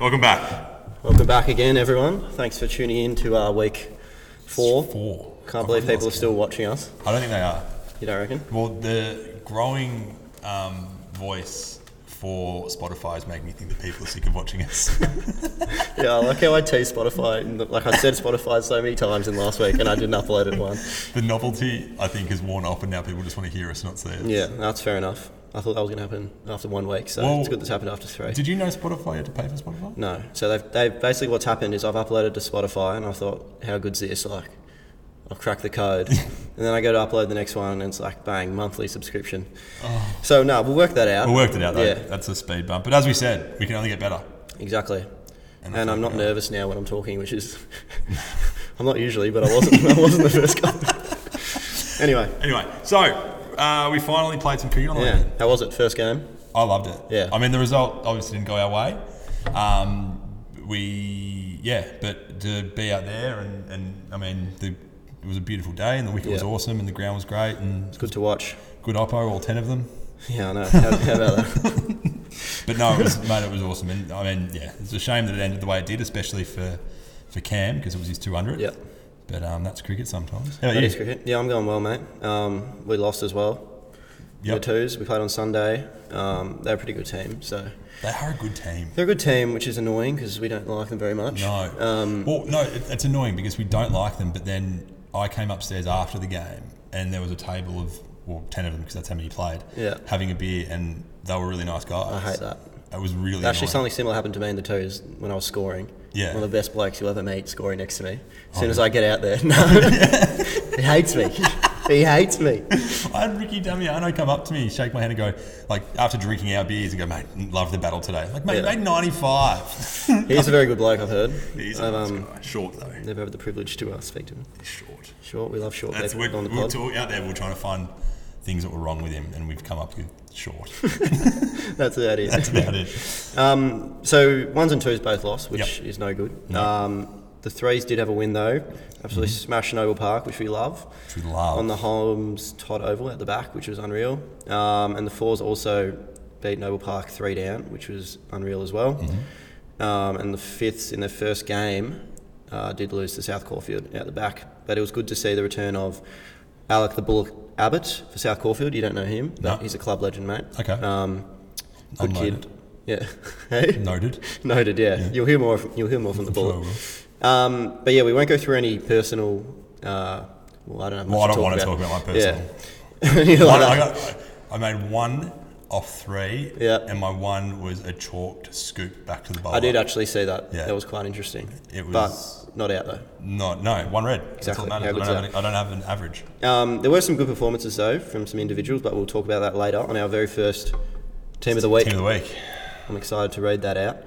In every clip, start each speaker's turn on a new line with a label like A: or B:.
A: Welcome back.
B: Welcome back again, everyone. Thanks for tuning in to our week four.
A: Four.
B: Can't believe people are still watching us.
A: I don't think they are.
B: You don't reckon?
A: Well, the growing um, voice for Spotify is making me think that people are sick of watching us.
B: Yeah, I like how I tease Spotify. in the- Like I said, Spotify so many times in last week, and I didn't upload it one.
A: the novelty, I think, has worn off, and now people just want to hear us, not see us.
B: Yeah, that's fair enough. I thought that was going to happen after one week, so
A: Well,
B: it's good this happened after three.
A: Did you know Spotify had to pay for Spotify?
B: no, so they've, they've basically what's happened is I've uploaded to Spotify, and I thought, how good's this? Like, I've cracked the code, and then I go to upload the next one, and it's like, bang, monthly subscription. So no, we'll work that out.
A: We worked Oh. it out though.
B: Yeah.
A: That's a speed bump. But as we said, we can only get better.
B: Exactly.
A: And
B: And,
A: I
B: I'm
A: think
B: not
A: we are.
B: nervous now when I'm talking, which is I'm not usually, but I wasn't. I wasn't the first guy. anyway,
A: Anyway, so uh, we finally played some cricket on the
B: yeah.
A: weekend.
B: How was it? First game.
A: I loved it.
B: Yeah.
A: I mean, the result obviously didn't go our way. Um, we, yeah, but to be out there and, and I mean, the, it was a beautiful day and the wicket was
B: Yeah.
A: awesome and the ground was great and
B: Good to watch.
A: good oppo, all 10 of them.
B: Yeah, I know. How, how about that?
A: But no, it was, mate, it was awesome. And I mean, yeah, it's a shame that it ended the way it did, especially for, for Cam because it was his 200.
B: Yeah.
A: But um, that's cricket sometimes. How about
B: That
A: you?
B: is cricket. Yeah, I'm going well, mate. Um, we lost as well.
A: Yep.
B: The twos. We played on Sunday. Um, they're a pretty good team. So
A: They are a good team.
B: they're a good team, which is annoying because we don't like them very much.
A: No.
B: Um,
A: well, no, it, it's annoying because we don't like them. But then I came upstairs after the game, and there was a table of well, ten of them because that's how many played.
B: Yeah.
A: Having a beer, and they were really nice guys.
B: I hate that.
A: That was really
B: Actually,
A: annoying.
B: something similar happened to me in the twos when I was scoring.
A: Yeah. Oh,
B: One of the best blokes you'll ever meet scoring next to me. As soon as I get out there, no. he hates me. He hates me.
A: I had Ricky Damiano come up to me, shake my hand, and go like after drinking our beers, and go, mate, love the battle today. Like, mate,
B: Yeah.
A: you made ninety five.
B: He's a very good bloke, I've heard.
A: He's
B: I've
A: a nice
B: um,
A: guy. Short though.
B: never had the privilege to uh, speak to him.
A: Short.
B: Short, we love short
A: That's
B: people
A: we're,
B: on the
A: we're
B: pod.
A: talk, out there. We're trying to find things that were wrong with him, and we've come up with short.
B: That's the idea.
A: That's about it.
B: Um, so ones and twos both lost, which
A: Yep.
B: is no good. Um, the threes did have a win though. Absolutely smashed Noble Park, which we love.
A: Which we love.
B: On the Holmes Todd Oval at the back, which was unreal. Um, and the fours also beat Noble Park three down, which was unreal as well.
A: Mm-hmm.
B: Um, and the fifths in their first game uh, did lose to South Caulfield out the back, but it was good to see the return of Alec the Bullock Abbott for South Caulfield. You don't know him, but
A: No.
B: he's a club legend, mate.
A: Okay.
B: Um, good
A: Unloaded.
B: kid. Yeah. hey?
A: Noted.
B: Noted. Yeah. You'll hear more. From, you'll hear more from the
A: sure
B: bullet. Um, but yeah, we won't go through any personal. Uh, well, I don't have much
A: Well, I
B: to
A: don't want to talk about my personal.
B: Yeah. You know,
A: I,
B: like that.
A: I, got, I made one off three,
B: Yeah.
A: and my one was a chalked scoop back to the bowler.
B: I did uh, actually see that.
A: Oh. Yeah.
B: That was quite interesting.
A: It was-
B: But not out though.
A: No, no, one red. That's all
B: Exactly.
A: that matters.
B: How
A: I,
B: good's
A: don't have an, I don't have an average.
B: Um, there were some good performances though from some individuals, but we'll talk about that later on our very first team of the week.
A: Team of the week.
B: I'm excited to read that out.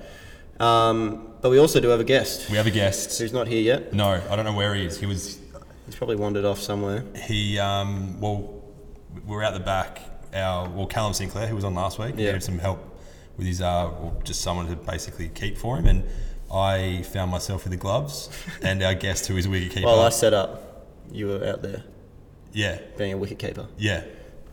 B: Um, but we also do have a guest
A: We have a guest.
B: who's not here yet.
A: No, I don't know where he is. He was
B: He's probably wandered off somewhere.
A: he. Um, well, we are out the back. Our well, Callum Sinclair, who was on last week,
B: Yeah.
A: needed some help with his uh, well, just someone to basically keep for him, and I found myself with the gloves, and our guest, who is a wicket keeper.
B: While I set up, you were out there
A: yeah,
B: being a wicket keeper.
A: yeah.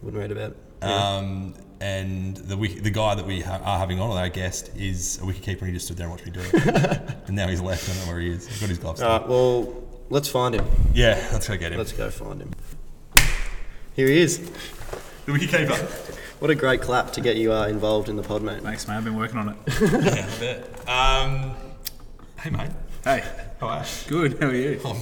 B: Wouldn't read about it.
A: Um, and the wiki, the guy that we ha- are having on, our guest, is a wicketkeeper, and he just stood there and watched me do it. and now he's left. I don't know where he is. He's got his gloves.
B: All
A: on.
B: right, well, let's find him.
A: yeah, let's go get him.
B: Let's go find him. Here he is.
A: The wicketkeeper.
B: What a great clap to get you uh, involved in the pod, mate.
C: Thanks, mate. I've been working on it.
A: yeah, I bet. Um, hey, mate.
C: Hey,
A: How are you?
C: good. How are you?
A: I'm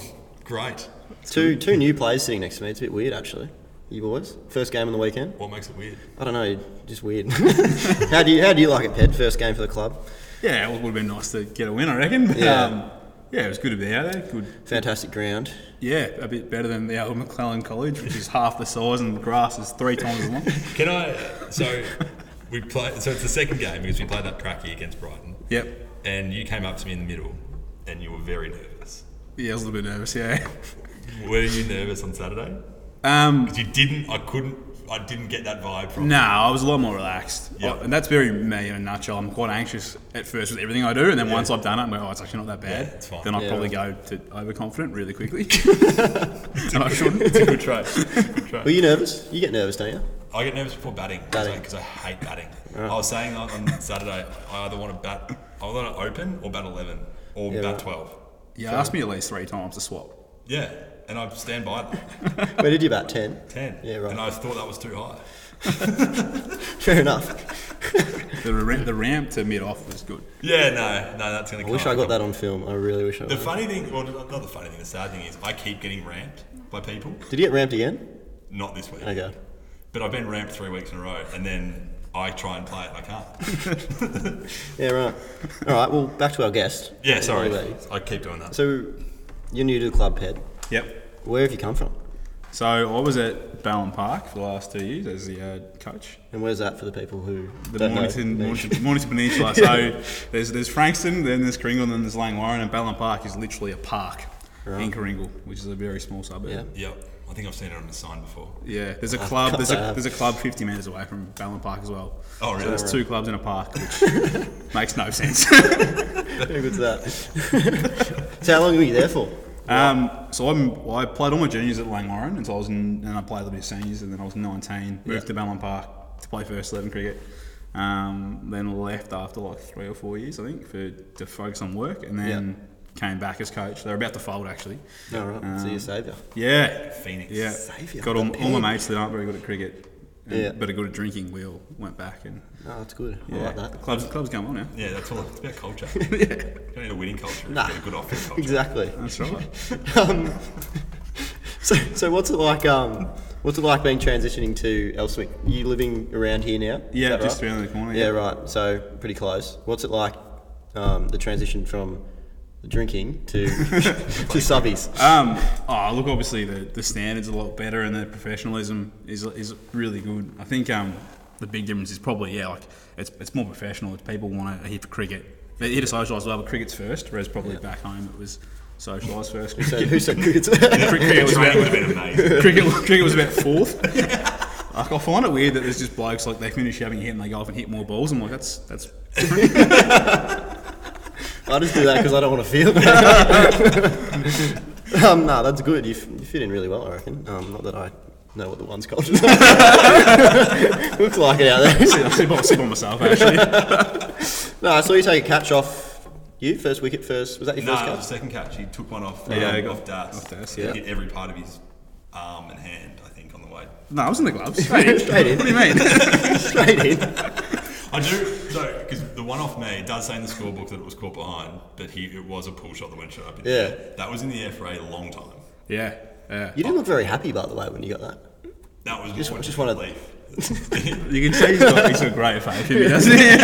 A: great.
B: Two two new players sitting next to me. It's a bit weird, actually. You boys, first game on the weekend.
A: What makes it weird?
B: I don't know, just weird. how do you how do you like it, Ped? First game for the club.
C: Yeah, it would have been nice to get a win, I reckon. But,
B: Yeah.
C: Um, yeah, it was good to be out there. Good.
B: Fantastic ground.
C: Yeah, a bit better than the old McClellan College, which is half the size and the grass is three times as long.
A: Can I? So we play. So it's the second game because we played that pracky against Brighton.
C: Yep.
A: And you came up to me in the middle, and you were very nervous.
C: Yeah, I was a little bit nervous. Yeah.
A: Were you nervous on Saturday?
C: Um,
A: You didn't. I couldn't. I didn't get that vibe from.
C: No, I was a lot more relaxed.
A: Yeah.
C: I- and that's very me in a nutshell. I'm quite anxious at first with everything I do, and then once I've done it, I'm like, oh, it's actually not that bad.
A: Yeah, it's fine.
C: Then I'll
B: Yeah.
C: probably go to overconfident really quickly. and I shouldn't.
A: Good try. Good try.
B: Were you nervous? You get nervous, don't you?
A: I get nervous before batting
B: Batting.
A: because I hate batting. I was saying on, on Saturday, I either want to bat I was either open or bat 11 or bat
B: right.
A: 12.
C: Yeah, asked me at least three times to swap.
A: Yeah, and I stand by that.
B: Where did you bat? 10?
A: 10.
B: Yeah, right.
A: And I thought that was too high.
B: Fair enough.
C: The, ra- the ramp to mid off was good.
A: Yeah, no, no, that's going to
B: I wish I got that on film. I really wish I
A: The
B: would.
A: funny thing, well, not the funny thing, the sad thing is I keep getting ramped by people.
B: Did you get ramped again?
A: Not this week.
B: Okay.
A: But I've been ramped three weeks in a row, and then I try and play it and I can't.
B: Yeah, right. All right, well, back to our guest.
A: Yeah, sorry.
B: Anyway,
A: I keep doing that.
B: So, you're new to the club, Ped.
C: Yep.
B: Where have you come from?
C: So I was at Ballon Park for the last two years as the uh, coach.
B: And where's that for the people who
C: The
B: don't
C: Mornington,
B: know?
C: Mornington, Mornington Peninsula. So there's there's Frankston, then there's Kringle, then there's Lang Warren, and Ballon Park is literally a park in Kringle, which is a very small suburb.
B: Yeah.
A: Yep. I think I've seen it on the sign before.
C: Yeah, there's a club. There's a
B: Damn.
C: there's a club 50 metres away from Ballon Park as well.
A: Oh,
C: So
A: really?
C: there's two clubs in a park, which makes no sense.
B: How good's that? so, how long were you there for?
C: um, so I'm, well, I played all my juniors at Langwarren, and so I was in, and I played a little bit of seniors, and then I was 19, moved to Ballon Park to play first eleven cricket. Um, then left after like three or four years, I think, for to focus on work, and then came back as coach. They're about to fold actually. Um,
B: All Oh, right, so you're a saviour.
C: Yeah.
A: Phoenix.
C: Yeah.
B: Saviour,
C: Got all,
B: the
C: all my
B: pig.
C: mates that aren't very good at cricket, and,
B: Yeah.
C: but are good at drinking. We all went back and.
B: No, Oh, that's good. I
C: Yeah,
B: like that.
C: clubs, clubs come on now.
A: Yeah, that's all. It's about culture.
C: yeah,
A: You don't need a winning culture.
B: Nah.
A: You need a good offense culture.
B: Exactly.
C: that's right.
B: Um, so, so what's it like? Um, what's it like being transitioning to Elswick? You living around here now? Is
C: Yeah,
B: that
C: just
B: right?
C: around the corner.
B: Yeah, right. So pretty close. What's it like? Um, the transition from drinking to to subbies.
C: Um, oh, look, obviously the, the standards a lot better and the professionalism is, is really good. I think um, the big difference is probably yeah, like it's, it's more professional. It's people want to hit for cricket. They're here to socialise well, but cricket's first. Whereas probably back home it was socialise first.
B: So
C: Cricket,
B: who's so good?
C: cricket was
A: That would have
C: about
A: been amazing.
C: cricket, cricket was about fourth. Like, I find it weird that there's just blokes like they finish having a hit and they go off and hit more balls. I'm like, that's that's
B: I just do that because I don't want to feel. Bad. um, no, that's good. You, f- you fit in really well, I reckon. Um, not that I know what the one's called. Looks like it out there.
C: I sit by, sit by myself actually.
B: No, I saw you take a catch off you first wicket first. Was that your
A: No,
B: first
A: it was the
B: catch?
A: second catch. He took one off.
C: Yeah,
A: um,
C: he got-
A: off Das.
C: off Das,
A: He
C: yeah.
A: Hit every part of his arm and hand. I think on the way.
C: No, I was in the gloves. Hey,
B: Straight in.
C: What do you mean?
B: Straight in.
A: I do. So because the one off me does say in the scorebook that it was caught behind, but he it was a pull shot that went shot up. in the
B: Yeah.
A: air. That was in the air for a long time.
C: yeah, yeah.
B: You didn't look very happy, by the way, when you got that.
A: That was
B: Just-
A: more
B: just wanted-
A: relief.
C: You can say he's got, he's got great faith if he doesn't. it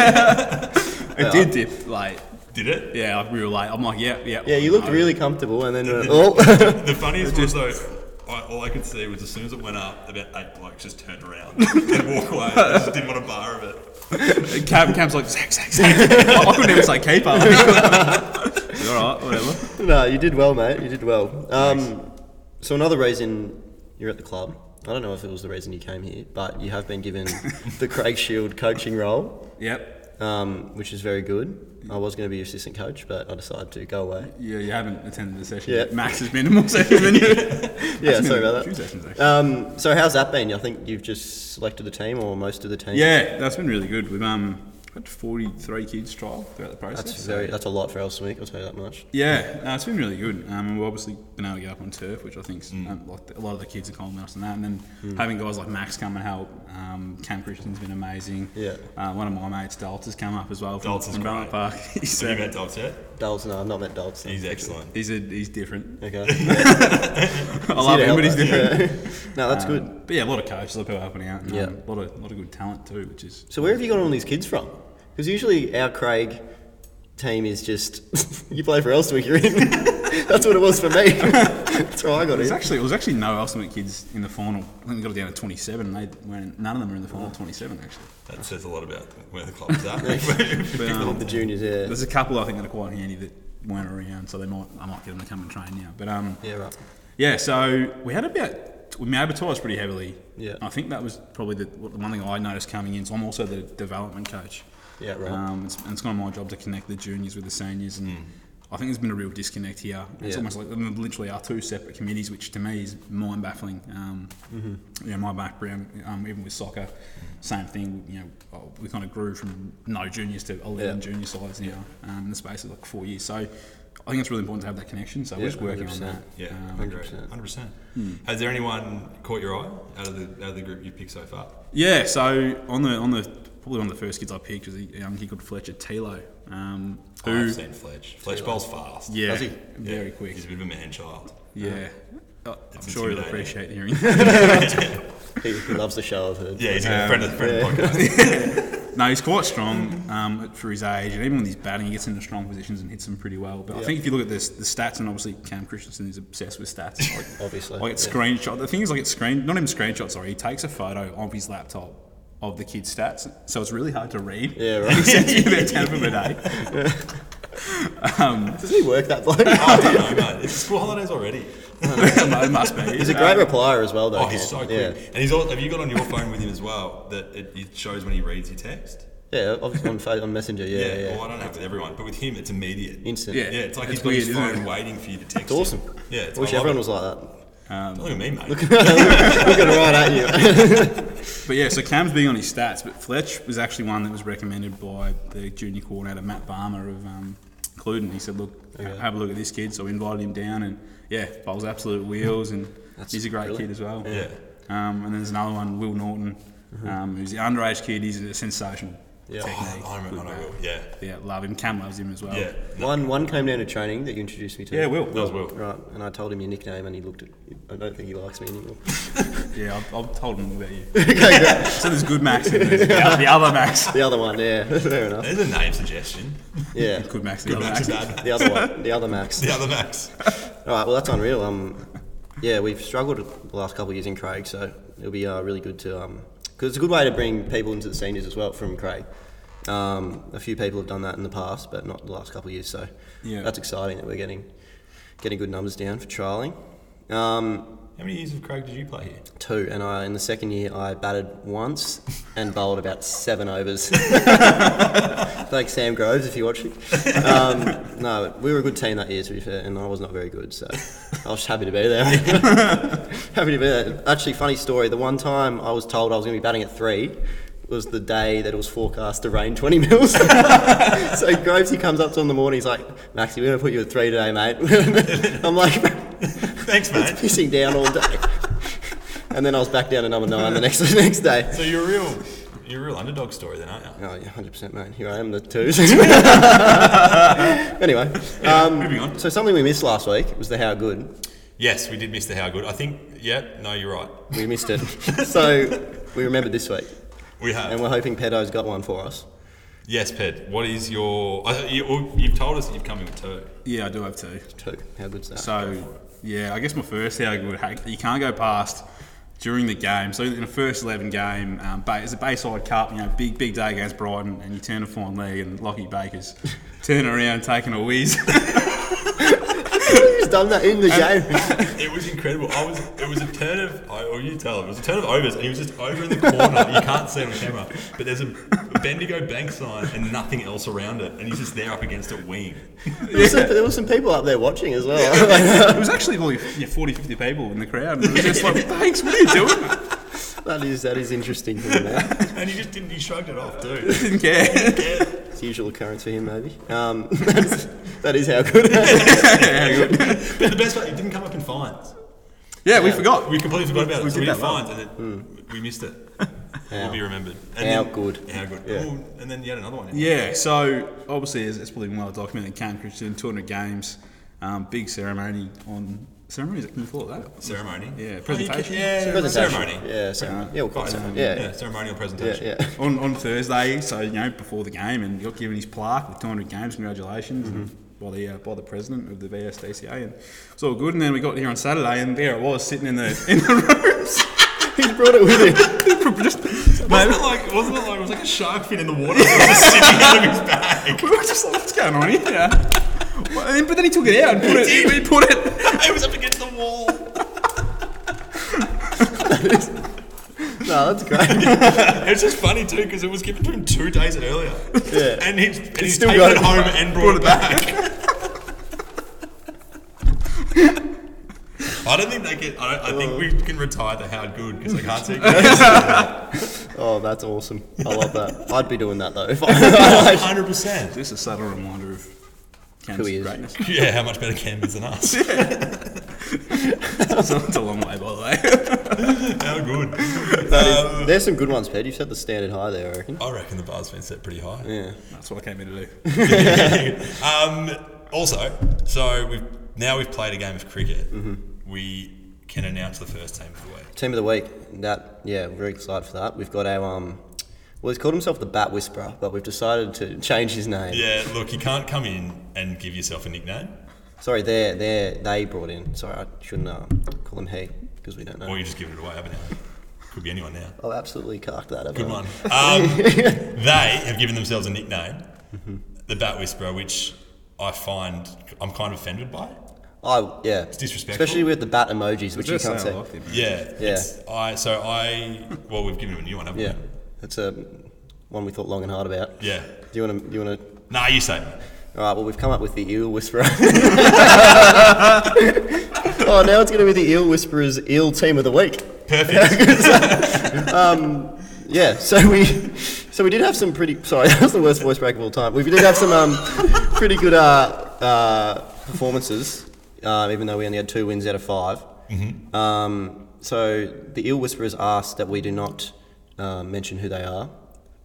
B: Um,
C: did dip, like,
A: Did it?
C: yeah, like we were like, I'm like, yeah, yeah.
B: Yeah, you looked
C: no.
B: really comfortable, and then you went, oh,
A: The funniest was though, I, all I could see was as soon as it went up, about eight blokes just turned around and walked away. They just didn't want a bar of it.
C: And Cam, Cam's like, Zach, Zach, Zach. I, I couldn't even say keeper. All right, whatever.
B: no, you did well, mate. You did well. Um, so another reason you're at the club. I don't know if it was the reason you came here, but you have been given the Craig Shield coaching role,
C: Yep.
B: um, which is very good. I was going to be your assistant coach, but I decided to go away.
C: Yeah, you haven't attended the session.
B: Yeah.
C: yet. Max has been in more sessions than you.
B: Yeah,
C: That's
B: sorry
C: been
B: about
C: Two
B: that.
C: sessions, actually.
B: Um, so how's that been? I think you've just selected the team or most of the team.
C: yeah, that's been really good. We've um, had 43 kids trial throughout the process.
B: That's
C: so-
B: very. That's a lot for Elswick. I'll tell you that much.
C: Yeah, no, it's been really good. Um, and we've obviously been able to get up on turf, which I think
B: Mm.
C: um, like a lot of the kids are calling us on that. And then having guys like Max come and help, um, Cam Christian's been amazing.
B: Yeah.
C: Uh, one of my mates, Dalton, has come up as well from,
A: Dalton's
C: from Ballon
A: great.
C: Park. he's,
A: So you
C: uh,
A: met Dobbs yet?
B: Dulles, no, I've not met Dulles.
A: He's excellent.
C: he's, a, he's different.
B: Okay.
C: I love him, but he's different. Um,
B: no, that's good.
C: But yeah, a lot of coaches, a lot of people helping out. And,
B: Yeah.
C: um, a lot of, lot of good talent too, which is.
B: So where have you got all these kids from? Because usually our Craig team is just you play for Elswick, you're in. That's what it was for me. That's how I got
C: There's
B: in.
C: actually, it was actually no Ultimate kids in the final. I think we got it down to 27, and they weren't, none of them were in the final 27, actually.
A: That says a lot about where the club's at. Where-
C: But, um,
B: The juniors, yeah.
C: There's a couple I think that are quite handy that weren't around, so they might I might get them to come and train now. But um,
B: Yeah, right.
C: yeah, so we had about we advertised pretty heavily.
B: Yeah.
C: I think that was probably the, what- the one thing I noticed coming in. So I'm also the development coach.
B: Yeah, right. Mm.
C: Um, it's, and it's kind of my job to connect the juniors with the seniors, and I think there's been a real disconnect here. It's
B: Yeah.
C: almost like there literally are two separate committees, which to me is mind baffling. Um,
B: Mm-hmm.
C: You know, my background, um, even with soccer, same thing. You know, uh, we kind of grew from no juniors to 11
B: Yeah.
C: junior sides now um, in the space of like four years. So I think it's really important to have that connection. So we're
B: Yeah,
C: just working on
B: 100%.
C: that.
A: Yeah,
C: Um,
A: hundred
B: 100%.
A: percent.
C: Hmm.
A: Has there anyone caught your eye out of the out of the group you've picked so far?
C: Yeah, so on the on the probably one of the first kids I picked was a young kid called Fletcher Tilo, um, who
A: I've seen Fletch. Fletch bowls fast.
C: yeah,
B: Has he?
C: very
A: Yeah.
C: quick.
A: He's a bit of a man child.
C: Yeah, Uh, I'm
A: It's
C: sure you'll appreciate
A: intimidating.
C: hearing.
B: He, he loves the show, I've heard.
A: Yeah, he's a friend of the friend of the podcast.
C: no, he's quite strong um, for his age, and even when he's batting, he gets into strong positions and hits them pretty well. But I think if you look at this, the stats, and obviously Cam Christensen is obsessed with stats. Like,
B: Obviously,
C: like it's
B: yeah.
C: screenshot. The thing is, like it's screen, not even screenshot. Sorry, he takes a photo of his laptop of the kid's stats, so it's really hard to read.
B: Yeah,
C: And
B: right.
C: he sends you about ten of them a day.
B: Does he work that bloke?
A: Oh, I don't know, mate. It's school holidays already.
C: it must be.
B: He's a great replier as well, though.
A: Oh, he's
B: Cam.
A: so
B: Yeah,
A: quick. And he's all, have you got on your phone with him as well that it, it shows when he reads your text?
B: yeah. Obviously on, fa- on Messenger. Yeah, yeah.
A: Well, I don't have it with everyone, but with him, it's immediate.
B: Instant.
C: Yeah.
A: yeah, it's like
C: It's
A: he's got his
C: weird, isn't
A: phone
C: it?
A: waiting for you to text.
B: It's awesome.
A: Him. Yeah, it's,
B: I wish
A: love
B: everyone
A: it.
B: was like that.
A: Look at me, mate.
B: Looking right at you.
C: But yeah, so Cam's big on his stats, but Fletch was actually one that was recommended by the junior coordinator Matt Barmer of um, Cluden. He said, "Look, ha- have a look at this kid." So we invited him down, and yeah, bowls absolute wheels, and he's a great
B: brilliant.
C: kid as well.
A: Yeah. Mm-hmm.
C: Um, and there's another one, Will Norton, um, who's the underage kid. He's a sensational
B: Yeah.
C: technique.
A: Oh, I remember. I
C: Good
A: know.
C: bat.
A: Yeah.
C: Yeah, love him. Cam loves him as well.
A: Yeah.
B: One one came down to training that you introduced me to.
C: Yeah, Will.
A: That was Will.
B: Right, and I told him your nickname, and he looked at. I don't think he likes me anymore.
C: Yeah, I've, I've told him about you.
B: okay, great.
C: so there's good Max and there's the other- the other Max.
B: The other one, yeah, fair enough.
A: There's a name suggestion.
B: Yeah,
C: Good Max, the
A: Good
C: other
A: Max.
C: Max.
A: Bad.
B: the other one, the other Max.
A: The other Max.
B: All right, well that's unreal. Um, yeah, we've struggled the last couple of years in Craig, so it'll be uh, really good to um, because it's a good way to bring people into the seniors as well from Craig. Um, a few people have done that in the past, but not the last couple of years. So
C: Yeah.
B: that's exciting that we're getting getting good numbers down for trialing. Um,
A: How many years of Craig did you play here?
B: two, and I in the second year I batted once and bowled about seven overs. Thanks, Sam Groves, if you're watching. Um, no, we were a good team that year, to be fair, and I was not very good, so I was happy to be there. happy to be there. Actually, funny story. The one time I was told I was going to be batting at three was the day that it was forecast to rain 20 mils. so Groves, he comes up to me in the morning, he's like, Maxie, we're going to put you at three today, mate. I'm like,
A: Thanks, mate.
B: pissing down all day. and then I was back down to number nine the next the next day.
A: So you're a real, you're a real underdog story then, aren't you?
B: Oh, yeah, 100%, mate. Here I am, the twos. anyway, um,
A: Moving on.
B: so something we missed last week was the how good.
A: Yes, we did miss the how good. I think. Yeah. No, you're right.
B: We missed it. so we remembered this week,
A: We have.
B: and we're hoping Pedo's got one for us.
A: Yes, Ped. What is your? I thought you, well, you've told us that you've come in with two.
C: Yeah, I do have two.
B: Two. How good's that?
C: So, yeah, I guess my first how good hack you can't go past during the game. So in a first eleven game, um, ba- it's a Bayside Cup, you know, big big day against Brighton, and you turn a fine leg, and Lockie Baker's turning around taking a whiz.
B: He's done that in the game.
A: It was incredible. I was. It was a turn of. I- Or you tell him. It was a turn of overs, and he was just over in the corner. you can't see it on camera, but there's a Bendigo bank sign and nothing else around it, and he's just there up against it, wing.
B: There, was some, there were some people up there watching as well.
C: it was actually like yeah, 40, 50 people in the crowd, and it was just like, thanks, what are you doing?
B: that is that is interesting for him. Now.
A: And he just didn't. He shrugged it off, too.
C: Didn't care.
B: It's a usual occurrence for him, maybe. Um, that, is, that is how good.
A: But the best part, he didn't come up in fines.
C: Yeah, we forgot.
A: We completely forgot about it.
C: We
A: so
C: did
A: we did
C: that well.
A: fines, and then we missed it.
B: How?
A: We'll be remembered.
B: How
A: then-
B: good.
A: How good.
B: Yeah.
A: Oh, and then you had another one. didn't you?
C: Yeah, so obviously it's, it's probably been well documented. Cam Christian, 200 games, um, big ceremony on ceremony. Is it, can you call it that?
A: Ceremony.
C: Yeah,
A: Oh, you
C: presentation.
A: ca- Yeah,
B: Presentation.
A: ceremony.
B: Yeah, ceremony. Yeah, we'll call it ceremony.
A: Yeah,
B: Yeah,
A: ceremonial
B: yeah,
A: presentation.
B: yeah.
C: on, on Thursday, so you know before the game, and he got given his plaque with 200 games. Congratulations
B: Mm-hmm.
C: and by the uh, by the president of the VSDCA, and it's all good. And then we got here on Saturday, and there it was sitting in the in the rooms.
B: He's brought it with him.
C: Just-
A: Wasn't it like wasn't it like it was like a shark fin in the water that was just sitting out of his bag?
C: we were just like, what's going on here? Well, and- But then he took it out and put it. He put it.
A: It was up against the wall.
B: No, that's great.
A: It's just funny too because it was given to him two days earlier.
B: Yeah.
A: and he's, and he's
B: still
A: taken
B: got
A: it
B: it.
A: home and brought it back. I don't think they get. I, don't, I think we can retire the Howard Good because I can't see.
B: Oh, that's awesome. I love that. I'd be doing that though. If I,
A: Hundred percent.
C: This is a subtle reminder of Ken's
B: Who he is.
C: greatness.
A: Yeah, how much better Canberra's than us?
C: It's a- it's a long way, by the way.
A: How good.
B: that is, there's some good ones, Ped. You've set the standard high there, I reckon.
A: I reckon the bar's been set pretty high.
B: Yeah.
C: That's what I came here to do.
A: um, also, so we've now we've played a game of cricket.
B: Mm-hmm.
A: We can announce the first team of the week.
B: Team of the week. That yeah, we're very excited for that. We've got our um, well, he's called himself the Bat Whisperer, but we've decided to change his name.
A: Yeah, look, you can't come in and give yourself a nickname,
B: Sorry, they they they brought in. Sorry, I shouldn't um, call him he because we don't know.
A: or you're just giving it away, haven't you? Could be anyone now.
B: I'll absolutely cark that.
A: Good one. Um, they have given themselves a nickname, the Bat Whisperer, which I find I'm kind of offended by.
B: Oh yeah, it's
A: disrespectful.
B: especially with the bat emojis, which you
C: Just
B: can't
C: say
B: say.
C: I liked him, man.
A: Yeah, it's- I so I well we've given him a new one, haven't
B: Yeah,
A: we?
B: that's a one we thought long and hard about.
A: Yeah.
B: Do you want to? Do you want to?
A: Nah, you say. it.
B: All right. Well, we've come up with the eel whisperer. oh, now it's going to be the eel whisperer's eel team of the week.
A: Perfect.
B: Yeah. So we, so we did have some pretty. Sorry, that was the worst voice break of all time. We did have some um, pretty good uh, uh, performances, uh, even though we only had two wins out of 5 Um, so the eel whisperers asked that we do not uh, mention who they are,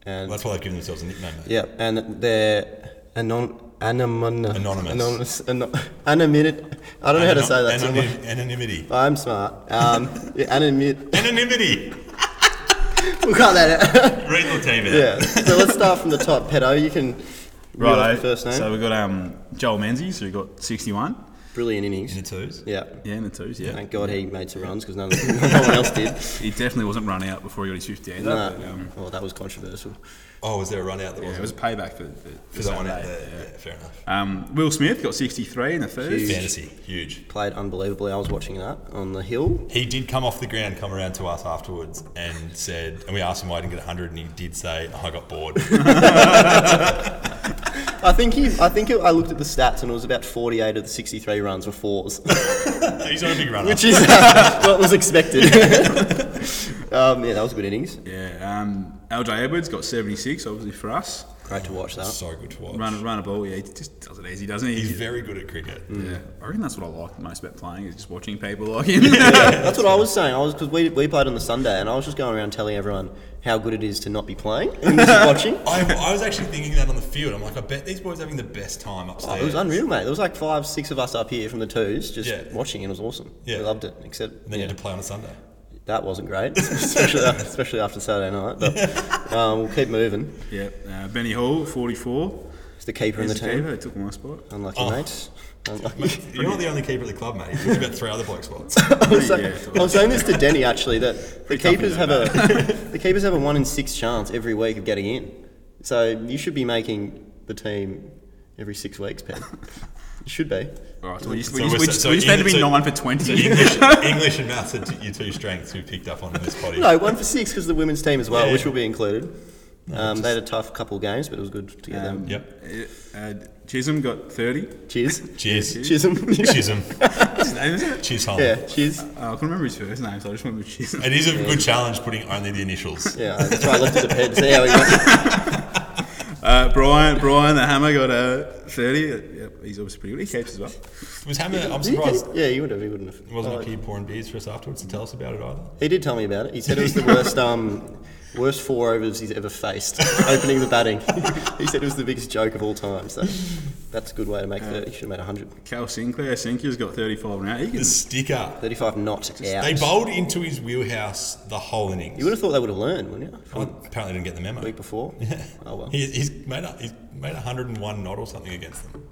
B: and
A: That's why they've given themselves a nickname. mate.
B: Yeah, and they're anon- anonymous.
A: Anonymous.
B: Anonymous. Ano- anonymity. I don't know how to say that. so
A: Anonym-
B: much.
A: anonymity.
B: I'm smart. Um, yeah, anonymity.
A: Anonymity.
B: We'll cut that out.
A: Read the team out.
B: yeah. So let's start from the top. Pedo, you can. reel off
C: Right,
B: the first name.
C: so we've got um, Joel Menzies, who got 61.
B: Brilliant
A: In
B: innings.
A: the twos.
B: Yeah.
C: Yeah, in the twos, yeah.
B: Thank God he made some runs because none, no one else did.
C: He definitely wasn't run out before he got his 50 either.
B: No.
C: but, um,
B: Oh, that was controversial.
A: Oh, was there a run out that
C: yeah, it was
A: wasn't?
C: a payback for, for,
A: For that one out
C: Saturday.
A: there. Yeah. fair enough.
C: Um, Will Smith got 63 in the third.
B: Huge.
A: Fantasy, huge.
B: Played unbelievably. I was watching that on the hill.
A: He did come off the ground, come around to us afterwards, and said, and we asked him why he didn't get 100, and he did say, "Oh, I got bored.
B: I think he. I think it, I looked at the stats and it was about 48 of the 63 runs were fours.
A: He's not a big runner.
B: which is uh, what was expected. um, yeah, that was a good innings.
C: Yeah, um, LJ Edwards got 76, obviously for us.
B: Great to watch that.
A: so good to watch.
C: Run, run a ball, yeah, he just does it easy, doesn't he?
A: He's very good at cricket.
C: yeah, I reckon that's what I like most about playing is just watching people like him.
B: That's what I was saying. I was because we, we played on the Sunday, and I was just going around telling everyone how good it is to not be playing and just watching.
A: I, I was actually thinking that on the field. I'm like, I bet these boys are having the best time upstairs.
B: It was unreal, mate. There was like five, six of us up here from the twos, just
A: Yeah.
B: watching, and it was awesome.
A: Yeah.
B: we loved it. Except
A: And then
B: yeah,
A: you had to play on a Sunday.
B: that wasn't great, especially, especially after Saturday night. But um, we'll keep moving.
C: yeah, uh, Benny Hall, 44.
B: It's the keeper in the
C: He's the
B: team.
C: keeper, he took my spot.
B: Unlucky,
A: Oh.
B: mate. Unlucky.
A: You're not the only keeper at the club, mate. You've got about three other bloke spots.
B: I was, saying,
C: Yeah.
B: I was saying this to Denny actually that the
C: tough
B: keepers have
C: isn't
B: a the keepers have a one in six chance every week of getting in. So you should be making the team every six weeks, Pep. You should be.
C: All right, so we just, we
A: So
C: just,
A: we're so-
C: we just,
A: so
C: we just had to
A: in-
C: be
A: so-
C: 9 for
A: So
C: 20.
A: English, English and maths are t- your two strengths we picked up on in this potty.
B: No, one for six because the women's team as well,
A: Yeah.
B: which will be included. Um, they had a tough couple games, but it was good to get
C: Um,
B: them.
A: Yep.
C: Uh, Chisholm got 30.
B: Cheers,
A: Cheers.
B: Chisholm.
A: Chisholm.
C: His name is it?
A: Cheers, Holm.
B: yeah, cheers.
C: Uh, I couldn't remember his first name, so I just went with Chisholm.
A: It is a good challenge putting only the initials.
B: Yeah, that's why I left it to Pep. See how he went.
C: Uh, Brian, Brian the Hammer got uh, 30. Uh, yep, he's obviously pretty good. He keeps as well.
A: Was Hammer, I'm surprised
B: Yeah, he would have. He wouldn't have.
A: he wasn't
B: Oh,
A: a kid pouring beers for us afterwards to tell us about it either.
B: He did tell me about it. He said it was the worst um, worst four overs he's ever faced, opening the batting. he said it was the biggest joke of all time. So that's a good way to make 30. Should have made 100.
C: Cal Sinclair, Sinclair's got 35 now. He
A: The
C: can,
A: sticker.
B: 35 not out.
A: They bowled into his wheelhouse the whole innings.
B: you would have thought they would have learned, wouldn't you?
A: I
B: From
A: apparently didn't get the memo.
B: the week before. Oh well.
A: He, he's made a, he's made 101 not or something against them.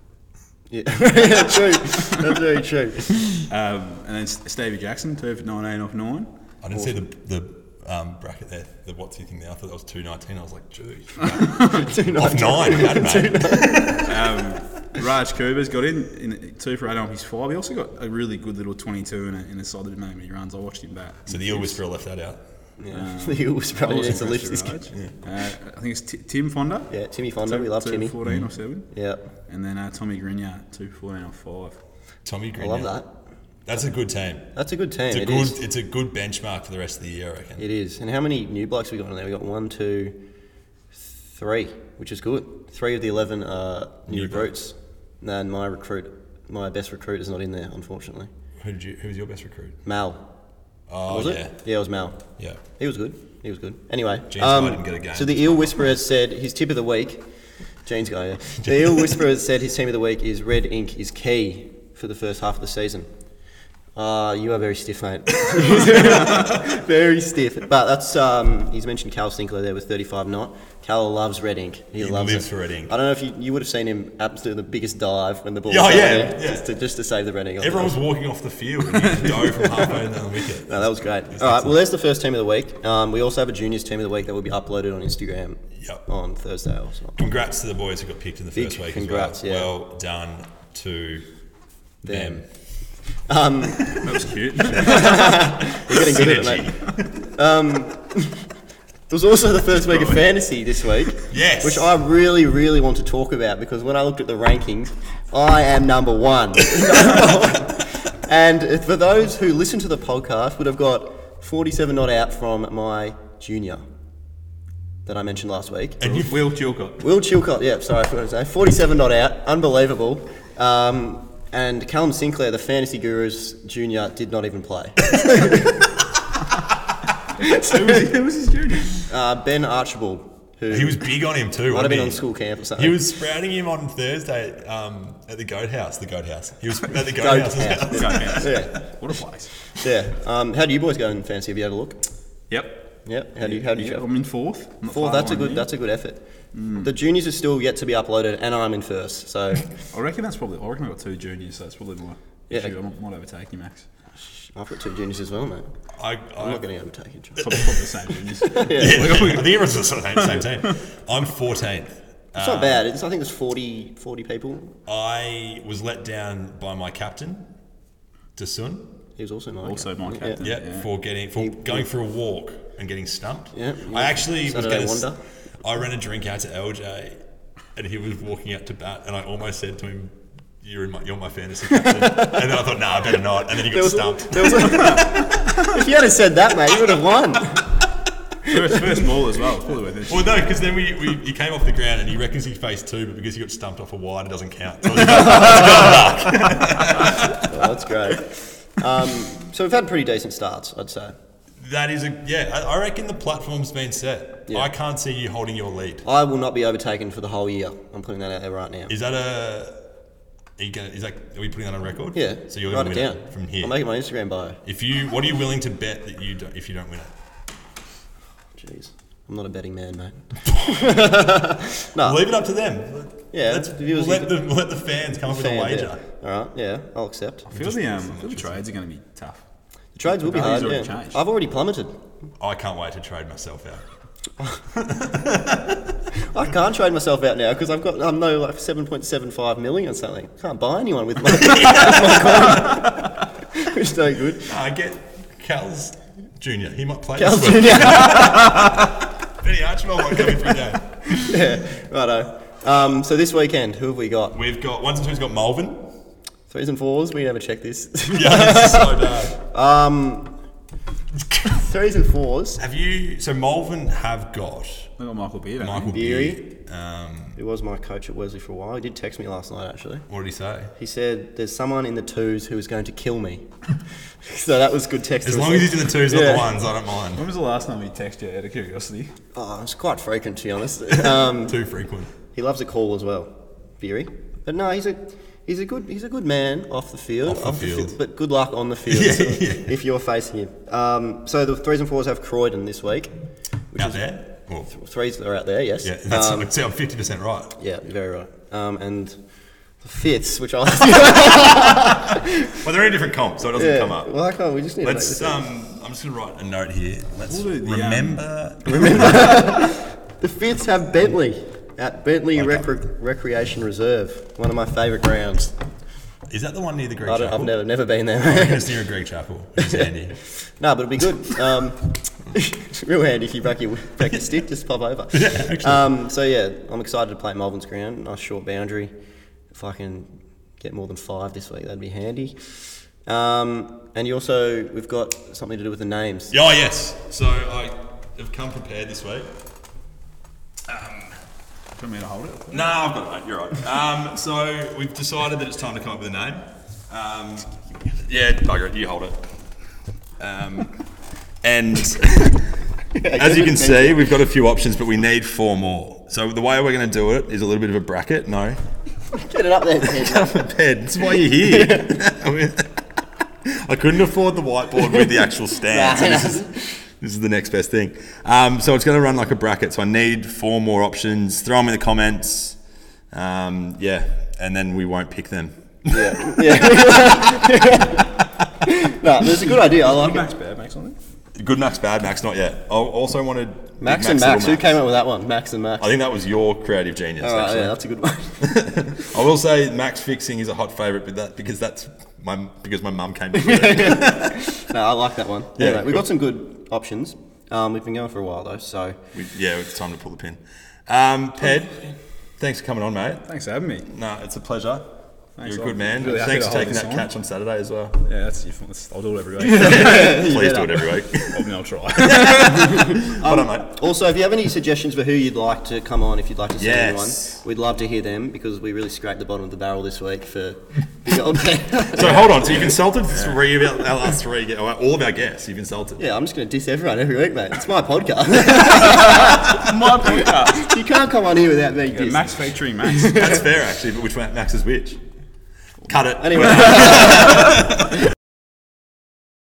B: Yeah. true. That's very true.
C: um, and then S- Stevie Jackson, 2 for 19 off 9.
A: I didn't see the the um, bracket there, the what's he thing there. I thought that was 219. I was like, gee,
B: Two
A: off nine.
B: nine.
A: How did that?
C: Raj Kuba's got in, in 2 for 8 off his 5. He also got a really good little 22 in a, in a side that didn't make many runs. I watched him back.
A: So the eel whisperer left that out.
B: Yeah. he was probably needs to lift this. kid.
C: Uh, I think it's T- Tim Fonda.
B: Yeah, Timmy Fonda. We love
C: two
B: Timmy. Mm.
C: 14 off 7.
B: Yeah.
C: And then uh, Tommy Grinyard, 2 for 14 off 5.
A: Tommy
B: I
A: Green.
B: love that.
A: That's a good team.
B: That's a good team.
A: It's a
B: It
A: good.
B: is.
A: It's a good benchmark for the rest of the year, I reckon.
B: It is. And how many new blokes we got in there? We got one, two, three, which is good. Three of the eleven are new,
A: New
B: recruits. And my recruit, my best recruit, is not in there, unfortunately.
A: Who did you? Who was your best recruit?
B: Mal.
A: Oh
B: was
A: yeah,
B: it? Yeah, it was Mal.
A: yeah.
B: He was good. He was good. Anyway, um,
A: Jeans guy didn't get a game.
B: so the Eel Whisperer has said his tip of the week. James guy, yeah. The Eel Whisperer has said his team of the week is red ink is key for the first half of the season. Uh, you are very stiff, mate. very stiff. But that's um, he's mentioned Cal Sinclair there with 35 knot. Cal loves red ink. He,
A: He
B: loves
A: lives
B: it.
A: for red ink.
B: I don't know if you, you would have seen him absolutely the biggest dive when the ball.
A: Yeah,
B: was out
A: yeah,
B: there,
A: yeah.
B: Just, to, just to save the red ink.
A: Everyone was walking off the field and he dove from halfway down the wicket.
B: No, that was great. All right, well, there's the first team of the week. Um, we also have a juniors team of the week that will be uploaded on Instagram
A: Yep.
B: on Thursday or something.
A: Congrats to the boys who got picked in the
B: Big
A: first week.
B: congrats,
A: as well.
B: yeah.
A: Well done to
B: Them. Um,
A: them.
C: That was cute.
B: We're getting good at it, mate. Um, it was also the first week of fantasy this week.
A: Yes.
B: Which I really, really want to talk about because when I looked at the rankings, I am number one. and for those who listen to the podcast, would have got 47 not out from my junior that I mentioned last week.
A: And you
C: Will Chilcott.
B: Will Chilcott, yeah, sorry, I forgot to say. 47 not out, unbelievable. Um, and Callum Sinclair, the fantasy gurus junior, did not even play.
C: Who was, who was his junior?
B: Uh, ben Archibald, who
A: he was big on him too.
B: might
A: wasn't
B: have been
A: he?
B: on school camp or something.
A: He was sprouting him on Thursday um, at the goat house. The goat house. He was at the goat,
B: Goat
A: house.
B: house.
C: What
B: yeah,
C: a place.
B: yeah. Um, how do you boys go in fantasy? Have you had a look?
C: Yep.
B: Yeah. How do you? How do you?
C: Yeah,
B: go?
C: I'm in fourth. I'm not
B: Four.
C: far
B: That's a
C: behind Mm.
B: good.
C: you.
B: That's a good effort. The juniors are still yet to be uploaded, and I'm in first. So
C: I reckon that's probably. I reckon I got two juniors, so that's probably my
B: Yeah.
C: issue. I might, might overtake you, Max.
B: I've got two juniors as well, mate.
A: I,
B: I'm
A: I,
B: not going to overtake you. John.
C: Probably, probably the same juniors.
A: yeah, I think everyone's the same, same team. I'm 14th.
B: It's not bad. It's, I think there's 40, 40 people.
A: I was let down by my captain, Dasun.
B: He was also my
C: Also my
B: Yeah.
C: captain.
A: Yeah,
C: Yeah.
A: for getting for going for a walk and getting stumped.
B: Yeah, you
A: I actually
B: Saturday
A: was going
B: wander.
A: I ran a drink out to LJ, and he was walking out to bat, and I almost said to him, "You're in my, you're my fantasy captain." and then I thought, "Nah, I better not." And then he got stumped.
B: if you had have said that, mate, you would have won.
C: First, first ball as well. It's probably worth it.
A: Well, no, because then we, we he came off the ground and he reckons he faced two, but because he got stumped off a wide, it doesn't count. So I was like,
B: Oh, that's great. Um, so we've had pretty decent starts, I'd say.
A: that is a yeah. I, I reckon the platform's been set.
B: Yeah.
A: I can't see you holding your lead.
B: I will not be overtaken for the whole year. I'm putting that out there right now.
A: Is that a? Are you gonna, is that are we putting that on record?
B: Yeah.
A: So you're
B: write
A: gonna
B: it
A: win
B: down
A: it from here.
B: I'll make it my Instagram bio.
A: If you, what are you willing to bet that you don't, if you don't win it?
B: Jeez, I'm not a betting man, mate.
A: Leave it up to them.
B: Yeah,
A: Let's,
B: the
A: we'll
B: viewers
A: let
B: need
A: the we'll let the fans come up with a
B: Fan,
A: wager.
B: yeah. All right, yeah, I'll accept.
C: I feel the, um, I feel the trades are going to be tough.
B: The trades will be
C: value's
B: hard.
C: already
B: Yeah.
C: changed.
B: I've already plummeted.
A: I can't wait to trade myself out.
B: I can't trade myself out now because I've got I'm no like 7.75 million or something. Can't buy anyone with my, with my coin. which is no good.
A: I get Cal's Junior. He might play.
B: Cal
A: this week.
B: Junior.
A: Benny Archibald won't come in for a game.
B: yeah, righto. Um, so this weekend, who have we got?
A: We've got ones and twos. Got Malvin.
B: Threes and fours. We never check this.
A: Yeah, this is so bad.
B: um, threes and fours.
A: Have you? So Malvin have got
C: I got Michael Beard.
A: Michael
B: Beery.
A: Beery. Um,
B: He was my coach at Wesley for a while. He did text me last night actually.
A: what did he say?
B: He said, "There's someone in the twos who is going to kill me." so that was good text.
A: As
B: to
A: long as
B: receive.
A: he's in the twos, not
B: Yeah.
A: the ones, I don't mind.
C: When was the last time we texted you out of curiosity?
B: oh, it's quite frequent to be honest. um,
A: Too frequent.
B: he loves a call as well, Beery. But no, he's a he's a good he's a good man off the field.
A: Off the field.
B: but good luck on the field
A: Yeah,
B: so-
A: yeah.
B: if you're facing him. Um, so the threes and fours have Croydon this week. Which
A: Out
B: is,
A: there. Well,
B: threes are out there, yes.
A: yeah, that's
B: Um,
A: see, I'm fifty percent right.
B: yeah, very right. Um, and the fifths, which I
A: Well, they're in a different comp, so it doesn't
B: yeah,
A: come up.
B: Well, I can't. We just need to make
A: Let's.
B: this
A: Um, I'm just gonna write a note here. Let's
C: We'll do the, um,
A: remember.
B: The Fifths have Bentley at Bentley
A: Okay.
B: Recre- Recreation Reserve, one of my favourite grounds.
A: Is that the one near the Greg
B: I
A: Chapel?
B: don't, I've never never been there.
A: It's near a Greg Chapel, which is handy.
B: no, but it'd be good. Um, it's real handy if you break your break your stick, just pop over.
A: actually.
B: um, so yeah, I'm excited to play at Melbourne's ground. Nice short boundary. If I can get more than five this week, that'd be handy. Um, and you also, we've got something to do with the names.
A: Yeah, oh, yes. So I have come prepared this week.
C: Do you want me to hold it?
A: Nah, I've got it, mate. You're right. Um, so we've decided that it's time to come up with a name. Um, yeah, bugger it. You hold it. Um, and as you can see, we've got a few options, but we need four more. So the way we're going to do it is a little bit of a bracket. No,
B: Get it up there. Ted.
A: prepared. That's why you're here. I couldn't afford the whiteboard with the actual stand. so this, is, this is the next best thing. Um, so it's going to run like a bracket. So I need four more options. Throw them in the comments. Um, yeah, and then we won't pick them.
B: yeah. yeah. no, that's a good idea. I like it.
C: Max Bear makes something.
A: Good Max, bad Max, not yet. I also wanted Big
B: Max and
A: Little
B: Max. Who came up with that one? Max and Max.
A: I think that was your creative genius.
B: All right,
A: actually.
B: yeah, that's a good one.
A: I will say Max fixing is a hot favourite, but that because that's my because my mum came up with it.
B: no, I like that one.
A: Yeah,
B: anyway, we've
A: cool.
B: got some good options. Um, we've been going for a while though, so
A: We- yeah, it's time to pull the pin. Um, Ped, thanks for coming on, mate.
C: Thanks for having me.
A: No, it's a pleasure.
C: Thanks,
A: You're a good
C: I'm
A: man.
C: really happy
A: Thanks
C: to
A: for
C: hold
A: taking
C: this
A: that
C: on.
A: catch on Saturday as well.
C: Yeah, that's your fault. I'll do it every week.
A: Please do it every week.
C: I mean, I'll try. Um,
A: Hold on, mate.
B: Also, if you have any suggestions for who you'd like to come on, if you'd like to see
A: Yes.
B: anyone, we'd love to hear them because we really scraped the bottom of the barrel this week for big old man.
A: So hold on. So you consulted three of our, our last three, gu- all of our guests. You've insulted.
B: yeah, I'm just going to diss everyone every week, mate. It's my podcast. my podcast. You can't come on here without being dissed.
C: Max featuring Max.
A: That's fair, actually. But which one- Max is which? Cut it.
B: Anyway.